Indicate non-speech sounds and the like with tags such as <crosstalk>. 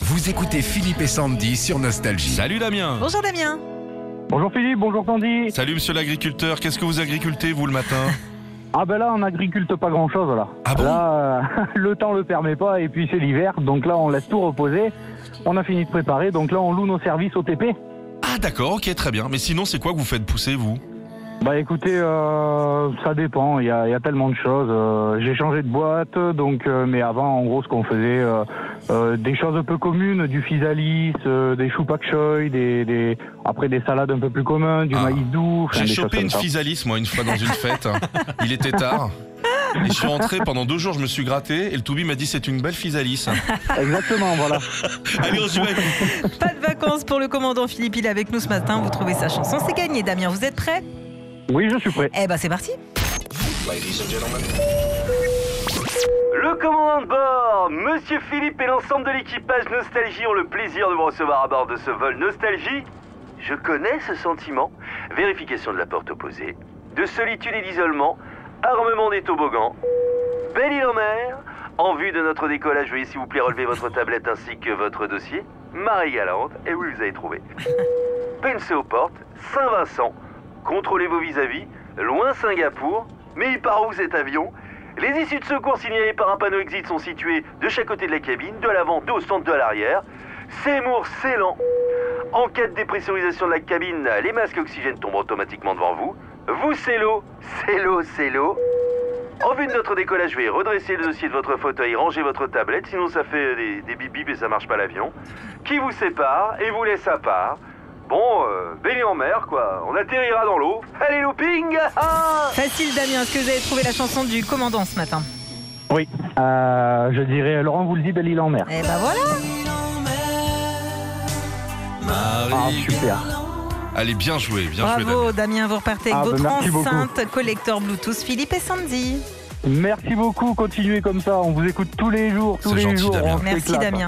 Vous écoutez Philippe et Sandy sur Nostalgie. Salut Damien Bonjour Damien. Bonjour Philippe, bonjour Sandy. Salut monsieur l'agriculteur, qu'est-ce que vous agricultez vous le matin Ah ben là, on n'agriculte pas grand-chose là. Ah bon là, euh, <laughs> le temps le permet pas et puis c'est l'hiver, donc là on laisse tout reposer. On a fini de préparer, donc là on loue nos services au TP. Ah d'accord, ok très bien. Mais sinon c'est quoi que vous faites pousser vous Bah écoutez, euh, ça dépend. Il y a, il y a tellement de choses. Euh, J'ai changé de boîte, donc euh, mais avant, en gros, ce qu'on faisait, euh, euh, des choses un peu communes, du physalis, euh, des choux pak choy, des, des après des salades un peu plus communes, du Ah. maïs doux. enfin, J'ai des choses chopé comme une ça. physalis moi une fois dans une fête. Il était tard. Et je suis rentré pendant deux jours, je me suis gratté et le Toubi m'a dit c'est une belle physalis. Exactement, <laughs> voilà. Allez on se met. Pas de vacances pour le commandant Philippe, il est avec nous ce matin. Vous trouvez sa chanson, c'est gagné Damien. Vous êtes prêts Oui, je suis prêt. Eh ben c'est parti. Le commandant de bord, Monsieur Philippe et l'ensemble de l'équipage Nostalgie ont le plaisir de vous recevoir à bord de ce vol Nostalgie. Je connais ce sentiment. Vérification de la porte opposée, de solitude et d'isolement, armement des toboggans, belle île en mer. En vue de notre décollage, veuillez s'il vous plaît relever votre tablette ainsi que votre dossier. Marie Galante, et oui, vous avez trouvé. Pense aux portes, Saint-Vincent. Contrôlez vos vis-à-vis, loin Singapour. Mais il part où cet avion Les issues de secours signalées par un panneau exit sont situées de chaque côté de la cabine, de l'avant, de au centre, de à l'arrière. Seymour, Ceylan. En cas de dépressurisation de la cabine, les masques oxygène tombent automatiquement devant vous. Vous, c'est l'eau, c'est l'eau, c'est l'eau. En vue de notre décollage, je vais redresser le dossier de votre fauteuil, ranger votre tablette, sinon ça fait des, des bip bip et ça marche pas l'avion. Qui vous sépare et vous laisse à part. Bon, euh, baignez en mer quoi, on atterrira dans l'eau. Allez looping <laughs> ah Facile Damien, est-ce que vous avez trouvé la chanson du commandant ce matin Oui, euh, je dirais, Laurent vous le dit, belle île en mer. Eh ben voilà. Ah, Marie. super. Allez bien joué, bien joué Damien. Bravo Damien, vous repartez avec Ah, ben, votre merci beaucoup. enceinte collector Bluetooth Philippe et Sandy. Merci beaucoup, continuez comme ça, on vous écoute tous les jours, tous C'est les gentil, jours. Damien. on hein. Merci s'éclate. Damien.